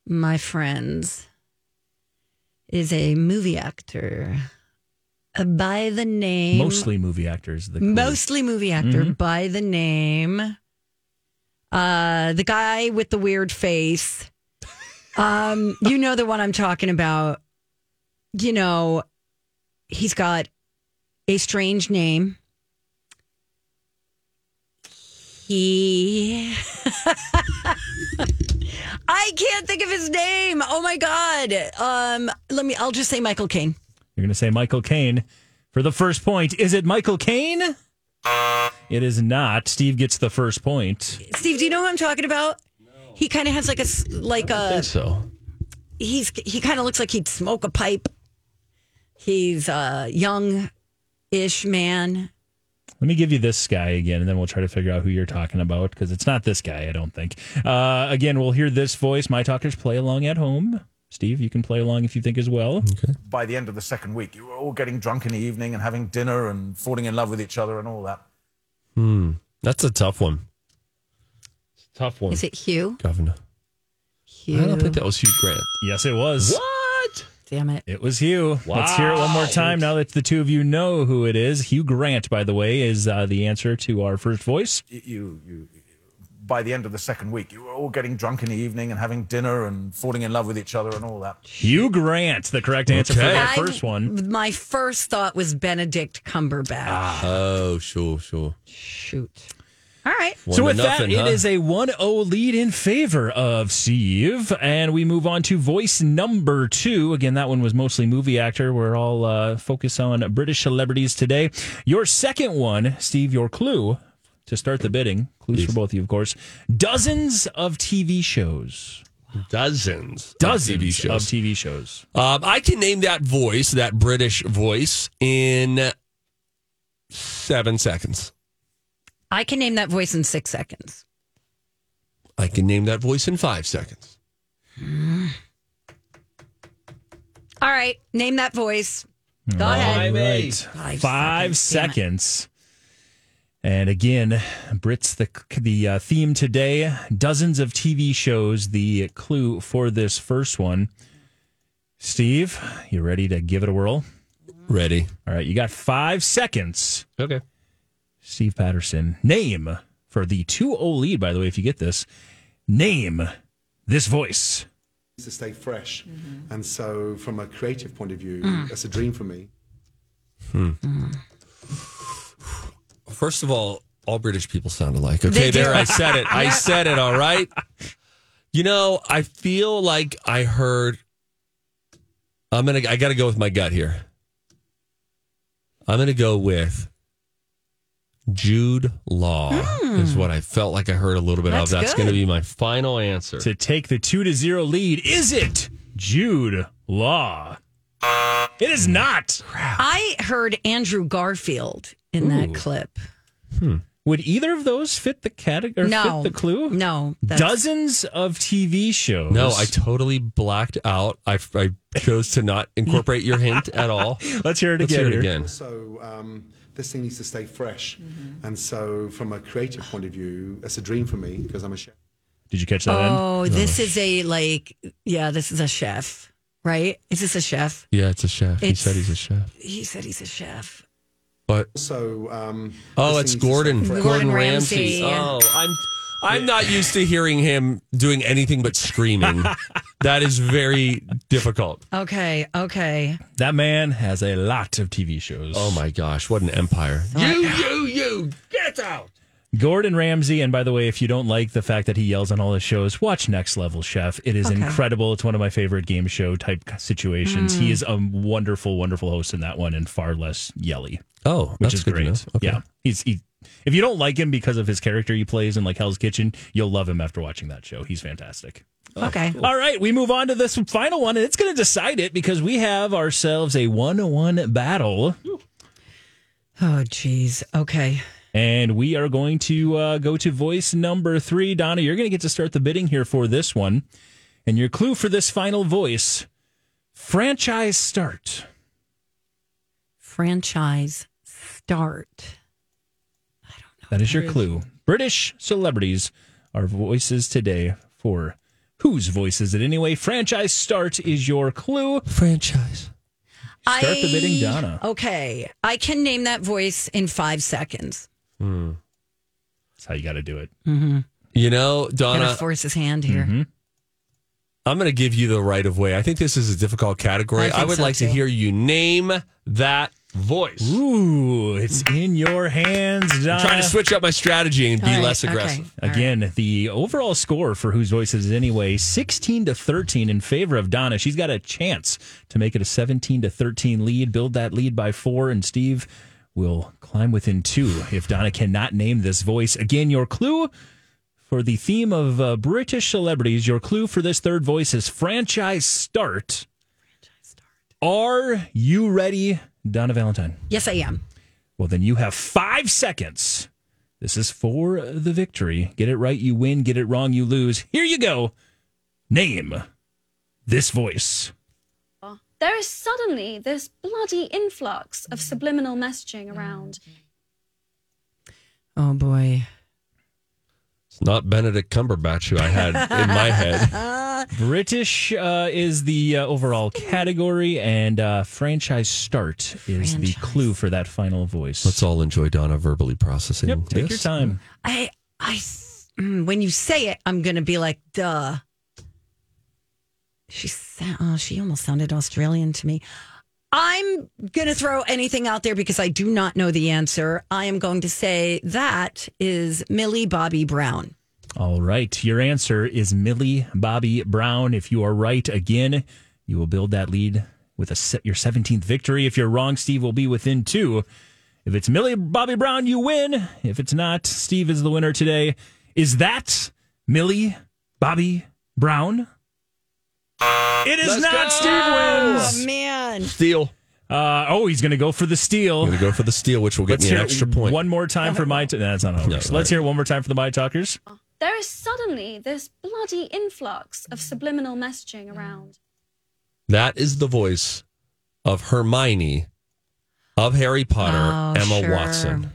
Speaker 1: my friends, is a movie actor uh, by the name.
Speaker 3: Mostly movie actors. The clue.
Speaker 1: mostly movie actor by the name uh the guy with the weird face um you know the one i'm talking about you know he's got a strange name he (laughs) i can't think of his name oh my god um let me i'll just say michael caine
Speaker 3: You're going to say Michael Caine for the first point. Is it Michael Caine? It is not. Steve gets the first point.
Speaker 1: steve do you know who i'm talking about he kind of has like a s- like a
Speaker 2: think so.
Speaker 1: he's he kind of looks like he'd smoke a pipe. He's a young ish man.
Speaker 3: Let me give you this guy again, and then we'll try to figure out who you're talking about because it's not this guy, I don't think. Uh, again, we'll hear this voice. My talkers play along at home. Steve, you can play along if you think as well. Okay.
Speaker 9: By the end of the second week, you were all getting drunk in the evening and having dinner and falling in love with each other and all that.
Speaker 2: Hmm. That's a tough one. It's a tough one.
Speaker 1: Is it Hugh?
Speaker 2: Governor.
Speaker 1: Hugh.
Speaker 2: I don't think that was Hugh Grant.
Speaker 3: Yes, it was.
Speaker 2: What?
Speaker 1: Damn it.
Speaker 3: It was Hugh. Let's hear it one more time now that the two of you know who it is. Hugh Grant, by the way, is uh, the answer to our first voice.
Speaker 9: You, you, by the end of the second week, you were all getting drunk in the evening and having dinner and falling in love with each other and all that.
Speaker 3: Hugh Grant, the correct answer for
Speaker 2: Okay.
Speaker 3: that
Speaker 1: I-
Speaker 3: first one. Ah.
Speaker 1: My first thought was Benedict Cumberbatch.
Speaker 2: Oh, sure, sure.
Speaker 1: Shoot. All right.
Speaker 3: So with
Speaker 2: to nothing,
Speaker 3: that,
Speaker 2: huh?
Speaker 3: it is a 1-0 lead in favor of Steve, and we move on to voice number two. Again, that one was mostly movie actor. We're all uh, focused on British celebrities today. Your second one, Steve, your clue to start the bidding. Clues for both of you, of course. Dozens of TV shows.
Speaker 2: Dozens.
Speaker 3: Dozens
Speaker 2: of TV shows.
Speaker 3: Of TV shows.
Speaker 2: Um, I can name that voice, that British voice, in seven seconds.
Speaker 1: I can name that voice in six seconds.
Speaker 2: I can name that voice in five seconds.
Speaker 1: All right. Name that voice. Go ahead.
Speaker 3: All right.
Speaker 1: Five
Speaker 3: Five,
Speaker 1: seconds,
Speaker 3: seconds. And again, Brits, the the uh, theme today: dozens of TV shows. The clue for this first one, Steve, you ready to give it a whirl?
Speaker 2: Ready.
Speaker 3: All right, you got five seconds.
Speaker 2: Okay.
Speaker 3: Steve Patterson, name for the 2-0 lead. By the way, if you get this, name this voice.
Speaker 11: to stay fresh. And so, from a creative point of view, that's a dream for me.
Speaker 2: First of all, all British people sound alike.
Speaker 11: They
Speaker 2: Okay,
Speaker 11: do.
Speaker 2: there I said it. I
Speaker 11: Yeah.
Speaker 2: said it, all right. You know, I feel like I heard I'm going to I got to go with my gut here. I'm going to go with Jude Law is what I felt like I heard a little bit
Speaker 3: That's
Speaker 2: of. That's
Speaker 3: good.
Speaker 2: going to be my final answer.
Speaker 3: to take the two to zero lead. Is it Jude Law? It is not.
Speaker 1: I heard Andrew Garfield in that clip.
Speaker 3: Would either of those fit the category?
Speaker 1: No.
Speaker 3: Fit the clue?
Speaker 1: No. that's-
Speaker 3: Dozens of TV shows.
Speaker 2: No, I totally blacked out. I, I chose to not incorporate your hint at all.
Speaker 3: (laughs) Let's hear it
Speaker 2: Let's
Speaker 3: again
Speaker 2: Hear it
Speaker 3: here.
Speaker 2: again.
Speaker 11: So, um, this thing needs to stay fresh. And so, from a creative point of view, that's a dream for me because I'm a chef.
Speaker 3: Did you catch that?
Speaker 1: Oh,
Speaker 3: in?
Speaker 1: this is a like, yeah, this is a chef, right? Is this a chef?
Speaker 2: Yeah, it's a chef.
Speaker 1: It's-
Speaker 2: he said he's a chef.
Speaker 1: He said he's a chef.
Speaker 2: But
Speaker 11: So, um,
Speaker 2: oh,
Speaker 11: this
Speaker 2: it's
Speaker 11: thing needs to
Speaker 2: Gordon.
Speaker 11: stay fresh.
Speaker 2: Gordon,
Speaker 1: Ramsay.
Speaker 2: Ramsay. Oh, I'm I'm not used to hearing him doing anything
Speaker 1: (laughs)
Speaker 2: but screaming. that is very difficult.
Speaker 1: Okay, okay.
Speaker 3: That man has a lot of TV shows.
Speaker 2: Oh my gosh, what an empire! You, you, you, get out.
Speaker 3: Gordon Ramsay, and by the way, if you don't like the fact that he yells on all his shows, watch Next Level Chef. It is
Speaker 1: Okay.
Speaker 3: incredible. It's one of my favorite game show type situations.
Speaker 1: Hmm.
Speaker 3: He is a wonderful, wonderful host in that one, and far less yelly.
Speaker 2: Oh,
Speaker 3: which
Speaker 2: that's
Speaker 3: is
Speaker 2: good to
Speaker 3: great.
Speaker 2: know. Okay.
Speaker 3: Yeah, he's he. If you don't like him because of his character he plays in like Hell's Kitchen, you'll love him after watching that show. He's fantastic.
Speaker 1: Okay.
Speaker 3: All right, we move on to this final one, and it's going to decide it because we have ourselves a one-on-one battle,
Speaker 1: Oh, geez. Okay.
Speaker 3: and we are going to uh, go to voice number three. Donna, you're going to get to start the bidding here for this one, and your clue for this final voice: franchise start.
Speaker 1: Franchise start.
Speaker 3: That is your clue. British celebrities are voices today for whose voice is it anyway? Franchise start is your clue.
Speaker 2: Franchise.
Speaker 3: Start the bidding,
Speaker 1: I-
Speaker 3: Donna.
Speaker 1: Okay. I can name that voice in five seconds.
Speaker 3: That's how you got to do it.
Speaker 1: Mm-hmm.
Speaker 2: You know,
Speaker 1: Gonna
Speaker 2: Donna,
Speaker 1: force his hand here.
Speaker 3: Mm-hmm.
Speaker 2: I'm going to give you the right of way. I think this is a difficult
Speaker 1: I
Speaker 2: category.
Speaker 1: think
Speaker 2: I, would
Speaker 1: so,
Speaker 2: like to
Speaker 1: too.
Speaker 2: hear you name that voice.
Speaker 3: Ooh, it's in your hands, Donna.
Speaker 2: I'm trying to switch up my strategy and be
Speaker 1: Uh, All right,
Speaker 2: less
Speaker 1: okay.
Speaker 2: aggressive.
Speaker 3: Again, the overall score for Whose Voice Is It Anyway, 16 to 13 in favor of Donna. She's got a chance to make it a 17 to 13 lead, build that lead by four, and Steve will climb within two if Donna cannot name this voice. Again, your clue for the theme of uh, British celebrities, your clue for this third voice is franchise start. Are you ready, Donna Valentine?
Speaker 1: Yes, I am.
Speaker 3: Well, then you have five seconds. This is for the victory. Get it right, you win. Get it wrong, you lose. Here you go. Name this voice.
Speaker 12: There is suddenly this bloody influx of subliminal messaging around.
Speaker 1: Oh boy.
Speaker 2: It's not Benedict Cumberbatch who I had
Speaker 1: (laughs)
Speaker 2: in my head.
Speaker 3: British uh, is the uh, overall category, and uh, franchise start is the clue for that final voice.
Speaker 2: Let's all enjoy Donna verbally processing.
Speaker 3: Yep, take your
Speaker 2: this.
Speaker 3: time.
Speaker 1: I, I, s- mm, when you say it, I'm gonna be like, duh. She sound, oh, she almost sounded Australian to me. I'm gonna throw anything out there because I do not know the answer. I am going to say that is Millie Bobby Brown.
Speaker 3: All right. Your answer is Millie Bobby Brown. If you are right again, you will build that lead with a se- your 17th victory. If you're wrong, Steve will be within two. If it's Millie Bobby Brown, you win. If it's not, Steve is the winner today. Is that Millie Bobby Brown? It is
Speaker 5: Let's
Speaker 3: not
Speaker 5: go!
Speaker 3: Steve wins.
Speaker 1: Oh man.
Speaker 2: Steal.
Speaker 3: Uh, oh, he's going to go for the steal.
Speaker 2: I'm going to go for the steal, which will get
Speaker 3: Let's
Speaker 2: me an
Speaker 3: hear
Speaker 2: extra
Speaker 3: it
Speaker 2: point.
Speaker 3: One more time for my. T- no, that's not how it
Speaker 2: No,
Speaker 3: works.
Speaker 2: right.
Speaker 3: Let's hear it one more time for the My Talkers.
Speaker 12: There is suddenly this bloody influx of subliminal messaging around.
Speaker 2: That is the voice of Hermione of Harry Potter,
Speaker 1: Oh,
Speaker 2: Emma
Speaker 1: sure.
Speaker 2: Watson.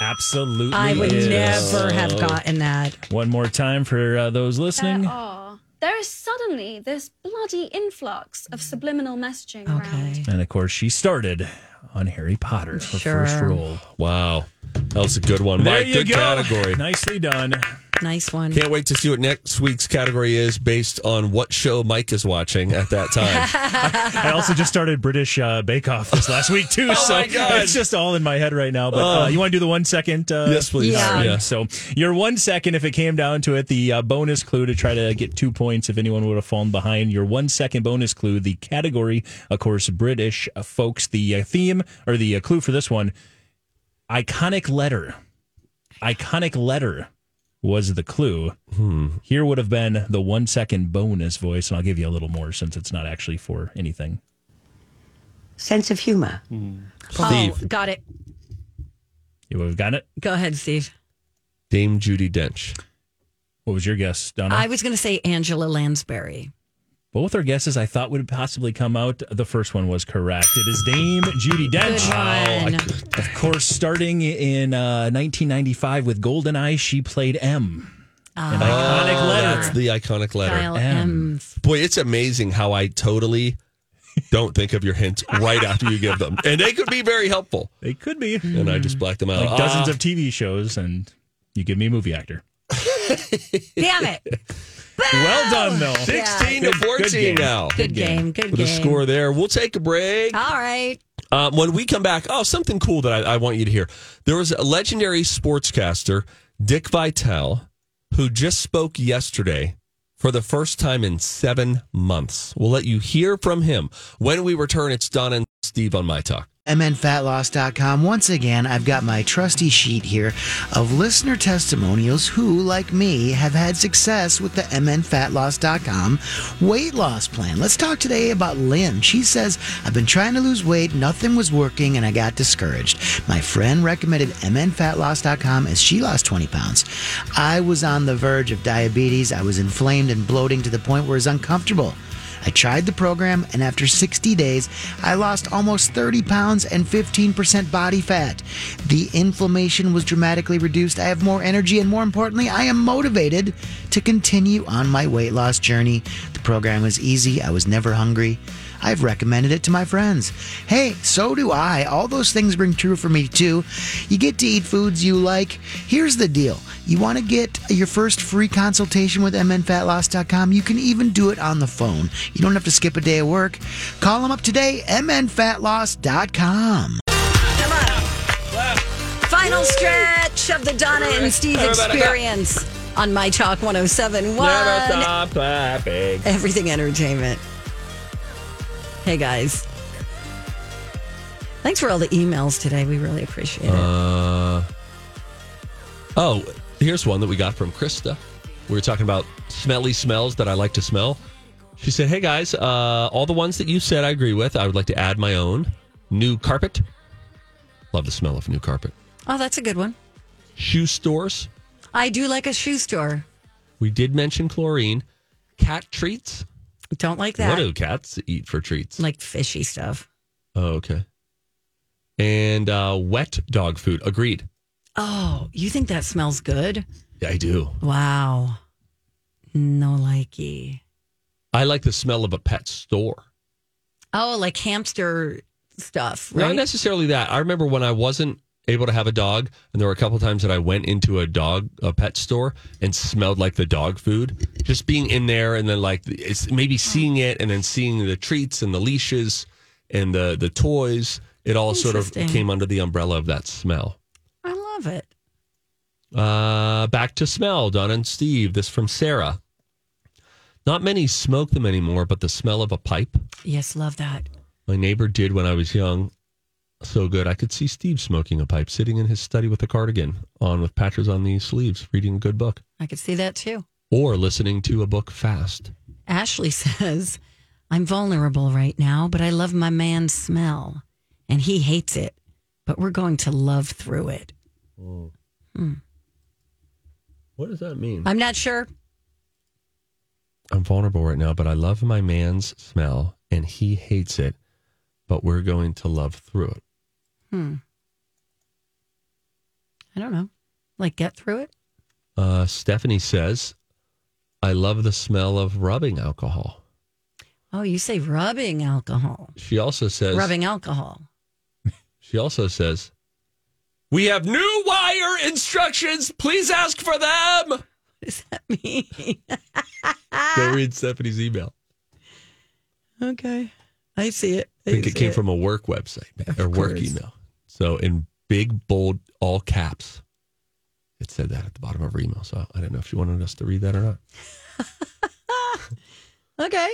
Speaker 3: Absolutely.
Speaker 1: I would
Speaker 3: is.
Speaker 1: never have gotten that.
Speaker 3: One more time for uh, those listening.
Speaker 12: There are. There is suddenly this bloody influx of subliminal messaging around.
Speaker 3: And of course, she started on Harry Potter, her
Speaker 12: Sure.
Speaker 3: first role.
Speaker 2: Wow. That was a good one.
Speaker 3: There
Speaker 2: Mike,
Speaker 3: you
Speaker 2: good
Speaker 3: go. (laughs)
Speaker 2: category.
Speaker 3: Nicely done.
Speaker 1: Nice one.
Speaker 2: Can't wait to see what next week's category is based on what show Mike is watching at that time.
Speaker 3: I also just started British uh, Bake Off this last week, too.
Speaker 2: (laughs) Oh,
Speaker 3: so
Speaker 2: my God.
Speaker 3: it's just all in my head right now. But uh,
Speaker 2: Oh.
Speaker 3: you want to do the one second? Uh,
Speaker 2: Yes, please.
Speaker 3: all right.
Speaker 2: Yeah.
Speaker 3: So, your one second, if it came down to it, the uh, bonus clue to try to get two points if anyone would have fallen behind. Your one second bonus clue, the category, of course, British uh, folks. The uh, theme or the uh, clue for this one iconic letter. Iconic letter was the clue.
Speaker 2: Hmm.
Speaker 3: Here would have been the one second bonus voice, and I'll give you a little more since it's not actually for anything.
Speaker 13: Sense of humor.
Speaker 1: (laughs) Oh, got it.
Speaker 3: You would have gotten it.
Speaker 1: Go ahead, Steve.
Speaker 2: Dame Judy Dench.
Speaker 3: What was your guess, Donna?
Speaker 1: I was gonna say Angela Lansbury.
Speaker 3: Both our guesses I thought would possibly come out. The first one was correct. It is Dame Judy Dench.
Speaker 1: Good
Speaker 3: Wow. Of course, starting in uh, 1995 with GoldenEye, she played M. An iconic
Speaker 2: Oh,
Speaker 3: letter.
Speaker 2: That's the iconic letter.
Speaker 1: Dial
Speaker 3: M.
Speaker 2: Boy, it's amazing how I totally don't think of your hints right after you give them. And they could be very helpful.
Speaker 3: They could be.
Speaker 2: Mm-hmm. And I just blacked them out.
Speaker 3: Like dozens
Speaker 2: Ah,
Speaker 3: of TV shows, and you give me a movie actor.
Speaker 1: Damn it.
Speaker 3: Well done, though.
Speaker 2: 16 to
Speaker 3: Good- good
Speaker 2: 14
Speaker 3: game.
Speaker 2: now.
Speaker 1: Good game. Good
Speaker 2: With a
Speaker 1: game.
Speaker 2: score there. We'll take a break.
Speaker 1: All right.
Speaker 2: Uh, when we come back, oh, something cool that I, I want you to hear. There was a legendary sportscaster, Dick Vitale, who just spoke yesterday for the first time in seven months. We'll let you hear from him. When we return, it's Don and Steve on My Talk.
Speaker 7: MNFatLoss.com. Once again, I've got my trusty sheet here of listener testimonials who, like me, have had success with the MNFatLoss.com weight loss plan. Let's talk today about Lynn. She says, I've been trying to lose weight, nothing was working, and I got discouraged. My friend recommended MNFatLoss.com as she lost 20 pounds. I was on the verge of diabetes, I was inflamed and bloating to the point where it's uncomfortable. I tried the program, and after 60 days, I lost almost 30 pounds and 15% body fat. The inflammation was dramatically reduced. I have more energy, and more importantly, I am motivated to continue on my weight loss journey. The program was easy, I was never hungry. I've recommended it to my friends. Hey, so do I. All those things ring true for me too. You get to eat foods you like. Here's the deal you want to get your first free consultation with MNFatLoss.com. You can even do it on the phone. You don't have to skip a day of work. Call them up today, MNFatLoss.com.
Speaker 1: Final stretch of the Donna and Steve
Speaker 5: Everybody clap.
Speaker 1: experience on My Talk 1071.
Speaker 2: stop clapping.
Speaker 1: Everything Entertainment. Hey, guys. Thanks for all the emails today. We really appreciate it.
Speaker 2: Uh, oh, here's one that we got from Krista. We were talking about smelly smells that I like to smell. She said, Hey guys, uh, all the ones that you said I agree with, I would like to add my own. New carpet, Love the smell of new carpet.
Speaker 1: Oh, that's a good one.
Speaker 2: Shoe stores.
Speaker 1: I do like a shoe store.
Speaker 2: We did mention chlorine. Cat treats.
Speaker 1: Don't like that.
Speaker 2: What do cats eat for treats?
Speaker 1: Like fishy stuff.
Speaker 2: Oh, okay. And uh, wet dog food. Agreed.
Speaker 1: Oh, you think that smells good?
Speaker 2: Yeah, I do.
Speaker 1: Wow. No likey.
Speaker 2: I like the smell of a pet store.
Speaker 1: Oh, like hamster stuff, right?
Speaker 2: Not necessarily that. I remember when I wasn't able to have a dog, and there were a couple times that I went into a dog a pet store and smelled like the dog food. Just being in there and then like it's maybe seeing it and then seeing the treats and the leashes and the the toys. It all sort of
Speaker 1: Interesting.
Speaker 2: came under the umbrella of that smell.
Speaker 1: I love it.
Speaker 2: Uh, back to smell, Don and Steve. This from Sarah. Not many smoke them anymore, but the smell of a pipe
Speaker 1: Yes, love that.
Speaker 2: my neighbor did when I was young. So good. I could see Steve smoking a pipe, sitting in his study with a cardigan on with patches on the sleeves, reading a good book
Speaker 1: I could see that too.
Speaker 2: or listening to a book fast.
Speaker 1: Ashley (laughs) says, I'm vulnerable right now, but I love my man's smell and he hates it, but we're going to love through it. Hmm.
Speaker 2: What does that mean?
Speaker 1: I'm not sure.
Speaker 2: I'm vulnerable right now, but I love my man's smell and he hates it, but we're going to love through it.
Speaker 1: Hmm. I don't know. Like, get through it?
Speaker 2: Uh, Stephanie says, I love the smell of rubbing alcohol.
Speaker 1: Oh, you say rubbing alcohol.
Speaker 2: She also says,
Speaker 1: Rubbing alcohol.
Speaker 2: She also says, We have new wire instructions. Please ask for them. What
Speaker 1: does that mean? (laughs)
Speaker 2: Go read Stephanie's email.
Speaker 1: Okay. I see it.
Speaker 2: I think it came from a work website or work
Speaker 1: course.
Speaker 2: email. So in big, bold, all caps, it said that at the bottom of her email. So I don't know if she wanted us to read that or not.
Speaker 1: Okay.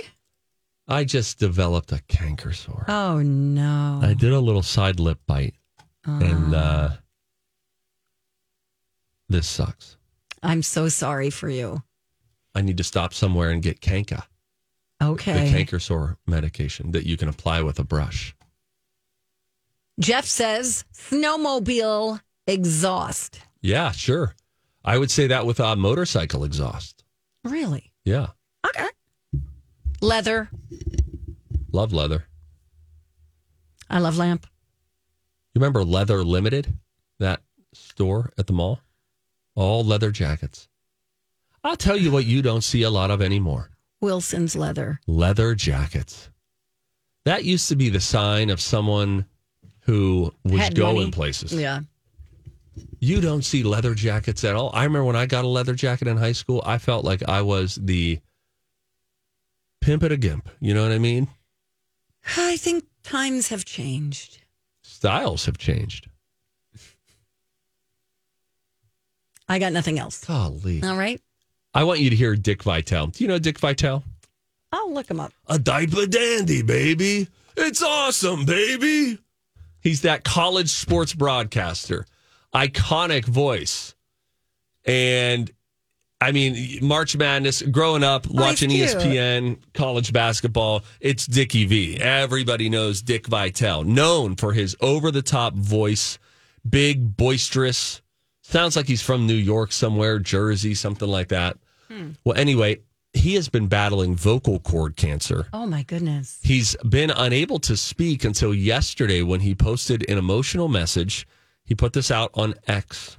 Speaker 2: I just developed a canker sore.
Speaker 1: Oh, no.
Speaker 2: I did a little side lip bite,
Speaker 1: Ah.
Speaker 2: and uh, this sucks.
Speaker 1: I'm so sorry for you.
Speaker 2: I need to stop somewhere and get canker,
Speaker 1: Okay.
Speaker 2: the canker sore medication that you can apply with a brush.
Speaker 1: Jeff says snowmobile exhaust.
Speaker 2: Yeah, sure. I would say that with a motorcycle exhaust.
Speaker 1: Really?
Speaker 2: Yeah,
Speaker 1: Okay. Leather.
Speaker 2: love leather.
Speaker 1: I love lamp.
Speaker 2: You remember Leather Limited, that store at the mall? All leather jackets. I'll tell you what you don't see a lot of anymore
Speaker 1: Wilson's leather.
Speaker 2: leather jackets. That used to be the sign of someone who was
Speaker 1: Had
Speaker 2: going
Speaker 1: money.
Speaker 2: places.
Speaker 1: Yeah.
Speaker 2: You don't see leather jackets at all. I remember when I got a leather jacket in high school, I felt like I was the pimp at a gimp. You know what I mean?
Speaker 1: I think times have changed.
Speaker 2: Styles have changed.
Speaker 1: I got nothing else.
Speaker 2: Golly.
Speaker 1: All right.
Speaker 2: I want you to hear Dick Vitale. Do you know Dick Vitale?
Speaker 1: I'll look him up.
Speaker 2: A diaper dandy, baby. It's awesome, baby. He's that college sports broadcaster, iconic voice. And I mean, March Madness, growing up, watching E
Speaker 14: cute.
Speaker 2: ESPN, college basketball, it's Dickie V. Everybody knows Dick Vitale, known for his over the top voice, big, boisterous. Sounds like he's from New York somewhere, Jersey, something like that. Well, anyway, he has been battling vocal cord cancer.
Speaker 1: Oh my goodness.
Speaker 2: He's been unable to speak until yesterday when he posted an emotional message. He put this out on X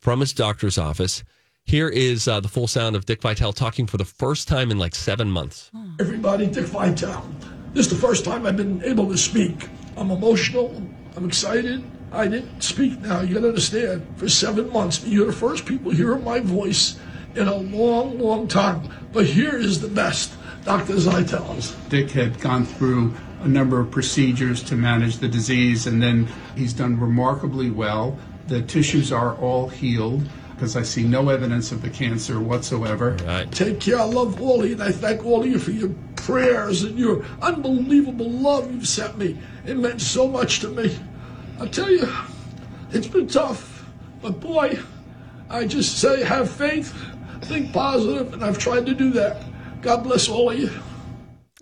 Speaker 2: from his doctor's office. Here is uh, the full sound of Dick Vitale talking for the first time in like seven months.
Speaker 1: Oh.
Speaker 15: Everybody, Dick Vitale. This is the first time I've been able to speak. I'm emotional. I'm excited. I didn't speak now. You gotta understand. For seven months, you're the first people hearing my voice in a long, long time. But here is the best, Dr. Zeitels.
Speaker 16: Dick had gone through a number of procedures to manage the disease, and then he's done remarkably well. The tissues are all healed because I see no evidence of the cancer whatsoever.
Speaker 15: Take care. I love all of you, and I thank all of you for your prayers and your unbelievable love you've sent me. It meant so much to me. I tell you, it's been tough, but boy, I just say have faith, think positive, and I've tried to do that. God bless all of you.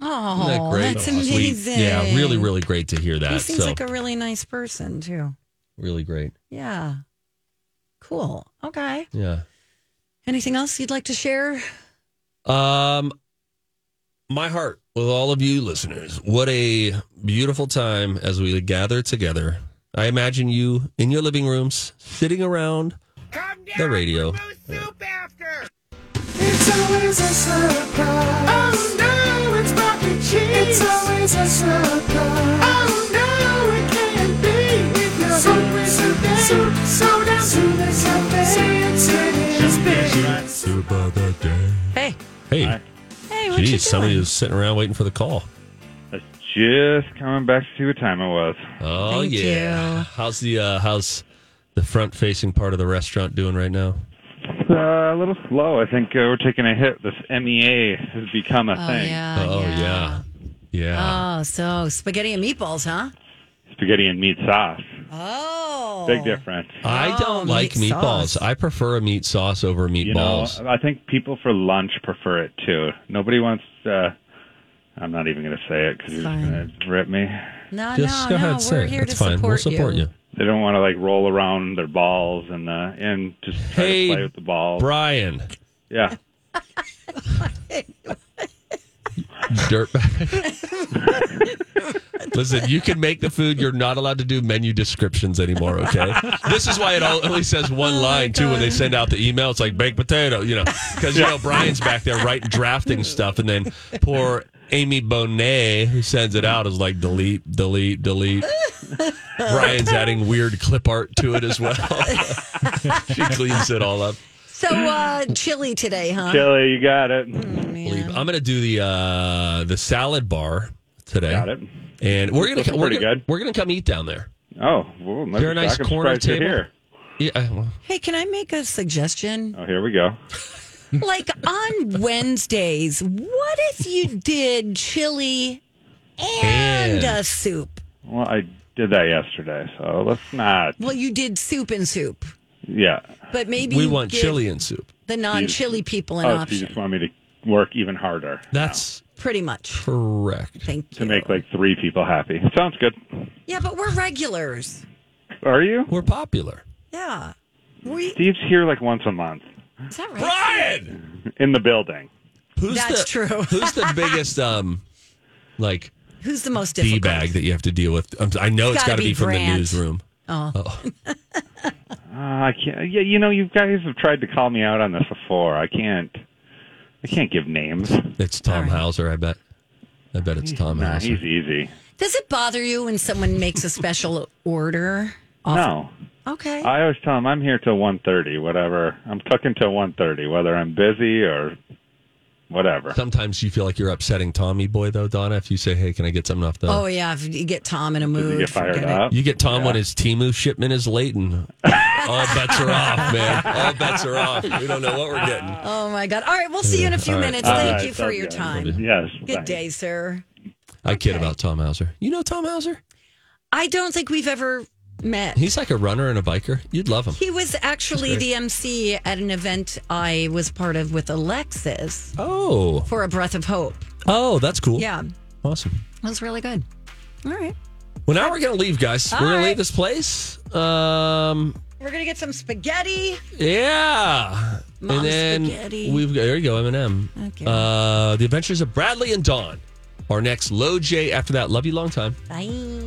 Speaker 1: Oh, that's
Speaker 2: Sweet.
Speaker 1: amazing.
Speaker 2: Yeah, really, really great to hear that.
Speaker 1: He seems
Speaker 2: so
Speaker 1: like a really nice person too.
Speaker 2: Really great.
Speaker 1: Yeah. Cool. Okay.
Speaker 2: Yeah.
Speaker 1: Anything else you'd like to share?
Speaker 2: Um, my heart with all of you listeners. What a beautiful time as we gather together. I imagine you in your living rooms, sitting around the radio.
Speaker 7: It's always a surprise. Oh no, it's mac and cheese. It's always a surprise. Oh no, it can't be. If you're hungry someday, so, so down to the cafe. Say it's it is big.
Speaker 2: Soup of the day.
Speaker 1: Hey.
Speaker 2: Hey.
Speaker 1: Hey, what
Speaker 2: Geez,
Speaker 1: you
Speaker 2: somebody
Speaker 1: doing?
Speaker 2: was sitting around waiting for the call.
Speaker 3: Just coming back to see what time it was.
Speaker 2: Oh
Speaker 1: Thank
Speaker 2: yeah.
Speaker 1: you.
Speaker 2: How's the uh, how's the front facing part of the restaurant doing right now?
Speaker 3: Uh, a little slow. I think uh, we're taking a hit. This MEA has become a
Speaker 1: Oh,
Speaker 3: thing.
Speaker 1: yeah,
Speaker 2: oh yeah. Yeah.
Speaker 1: Oh, so spaghetti and meatballs, huh?
Speaker 3: Spaghetti and meat sauce.
Speaker 1: Oh.
Speaker 3: Big difference.
Speaker 2: I don't like
Speaker 1: meat
Speaker 2: meatballs.
Speaker 1: sauce.
Speaker 2: I prefer a meat sauce over
Speaker 3: You know,
Speaker 2: meatballs.
Speaker 3: I think people for lunch prefer it too. Nobody wants. Uh, I'm not even going to say it because you're just
Speaker 1: Fine.
Speaker 3: going to rip me.
Speaker 1: No,
Speaker 2: Just
Speaker 1: no, no.
Speaker 2: go ahead,
Speaker 1: We're
Speaker 2: say it.
Speaker 1: here
Speaker 2: That's
Speaker 1: to
Speaker 2: fine.
Speaker 1: support,
Speaker 2: We'll support you.
Speaker 3: They don't want to like roll around their balls and uh, and just try
Speaker 2: Hey,
Speaker 3: to play with the balls.
Speaker 2: Brian,
Speaker 3: Yeah.
Speaker 1: (laughs)
Speaker 2: dirtbag. Listen, you can make the food. You're not allowed to do menu descriptions anymore. Okay, this is why it all- only says one
Speaker 1: Oh
Speaker 2: line too when they send out the email. It's like baked potato, you know, because you know Brian's back there writing drafting stuff, and then poor Amy Bonet who sends it out is like delete, delete, delete. Brian's adding weird clip art to it as well. (laughs) she cleans it all up.
Speaker 1: So uh chili today, huh?
Speaker 3: Chili, you got it.
Speaker 2: Mm. Believe- I'm going to do the uh, the salad bar today.
Speaker 3: Got it.
Speaker 2: And we're going to
Speaker 3: Looking
Speaker 2: we're
Speaker 3: pretty
Speaker 2: gonna, we're going to come eat down there.
Speaker 3: Oh, well,
Speaker 2: Is there a nice
Speaker 3: I'm
Speaker 2: corner
Speaker 3: surprised
Speaker 2: table?
Speaker 3: you're Here.
Speaker 2: Yeah. uh, well,
Speaker 1: Hey, can I make a suggestion?
Speaker 3: Oh, here we go. Uh-huh.
Speaker 1: like on Wednesdays, what if you did chili and,
Speaker 3: And-
Speaker 1: a soup?
Speaker 3: Well, I did that yesterday, so let's not.
Speaker 1: Well, you did soup and soup,
Speaker 3: Yeah.
Speaker 1: but maybe
Speaker 2: we
Speaker 1: you
Speaker 2: want
Speaker 1: give
Speaker 2: chili and soup.
Speaker 1: The non-chili people an
Speaker 3: oh, so
Speaker 1: option,
Speaker 3: you just want me to work even harder
Speaker 2: That's
Speaker 1: pretty much.
Speaker 2: correct.
Speaker 1: Thank
Speaker 3: to make like three people happy. Sounds good.
Speaker 1: Yeah, but we're regulars.
Speaker 3: Are you?
Speaker 2: We're popular.
Speaker 1: Yeah, we.
Speaker 3: Steve's here like once a month
Speaker 1: Is that right?
Speaker 2: Brian,
Speaker 3: in the building.
Speaker 2: who's
Speaker 1: That's
Speaker 2: the,
Speaker 1: true.
Speaker 2: (laughs) who's the biggest um like
Speaker 1: Who's the most (laughs)
Speaker 2: d
Speaker 1: difficult?
Speaker 2: bag that you have to deal with? Um, I know
Speaker 1: It's
Speaker 2: it's got
Speaker 1: gotta
Speaker 2: to be,
Speaker 1: be
Speaker 2: from the
Speaker 1: Grant.
Speaker 2: newsroom.
Speaker 1: Oh,
Speaker 3: Uh, I can't. Yeah, you know, you guys have tried to call me out on this before. I can't. I can't give names.
Speaker 2: It's Tom Hauser. I bet. I bet it's Tom
Speaker 3: Nah,
Speaker 2: Hauser.
Speaker 3: he's easy.
Speaker 1: does it bother you when someone makes a special order?
Speaker 3: No,
Speaker 1: Okay.
Speaker 3: I always tell him I'm here till one thirty. Whatever. I'm cooking till one thirty, whether I'm busy or whatever.
Speaker 2: Sometimes you feel like you're upsetting Tommy Boy though, Donna. If you say, "Hey, can I get something off the?"
Speaker 1: oh yeah, if you get Tom in a mood,
Speaker 3: You get fired
Speaker 1: forget it.
Speaker 3: up.
Speaker 2: You get Tom when his Timu shipment is late, and all bets are off, man. All bets are off. We don't know what we're getting.
Speaker 1: Oh my God! All right, we'll see you in a few
Speaker 2: All right.
Speaker 1: minutes.
Speaker 2: All
Speaker 1: Thank
Speaker 2: right,
Speaker 1: you for
Speaker 2: sounds
Speaker 1: your
Speaker 2: good.
Speaker 1: time.
Speaker 2: Love you.
Speaker 3: Yes.
Speaker 1: Good day, sir.
Speaker 2: I kid about Tom Hauser. You know Tom Hauser?
Speaker 1: I don't think we've ever met.
Speaker 2: He's like a runner and a biker. You'd love him.
Speaker 1: He was actually
Speaker 2: That's
Speaker 1: the
Speaker 2: great.
Speaker 1: MC at an event I was part of with Alexis
Speaker 2: Oh,
Speaker 1: for a breath of hope.
Speaker 2: oh, that's cool.
Speaker 1: Yeah, it
Speaker 2: awesome.
Speaker 1: was really good. All right,
Speaker 2: Well, now we're gonna leave, guys.
Speaker 1: All
Speaker 2: we're gonna
Speaker 1: right.
Speaker 2: leave this place. Um,
Speaker 1: we're gonna get some spaghetti.
Speaker 2: yeah.
Speaker 1: Mom's
Speaker 2: and then
Speaker 1: spaghetti.
Speaker 2: we've got there you go, Eminem.
Speaker 1: Okay.
Speaker 2: Uh, the Adventures of Bradley and Dawn. Our next low J after that. Love you long time.
Speaker 1: Bye.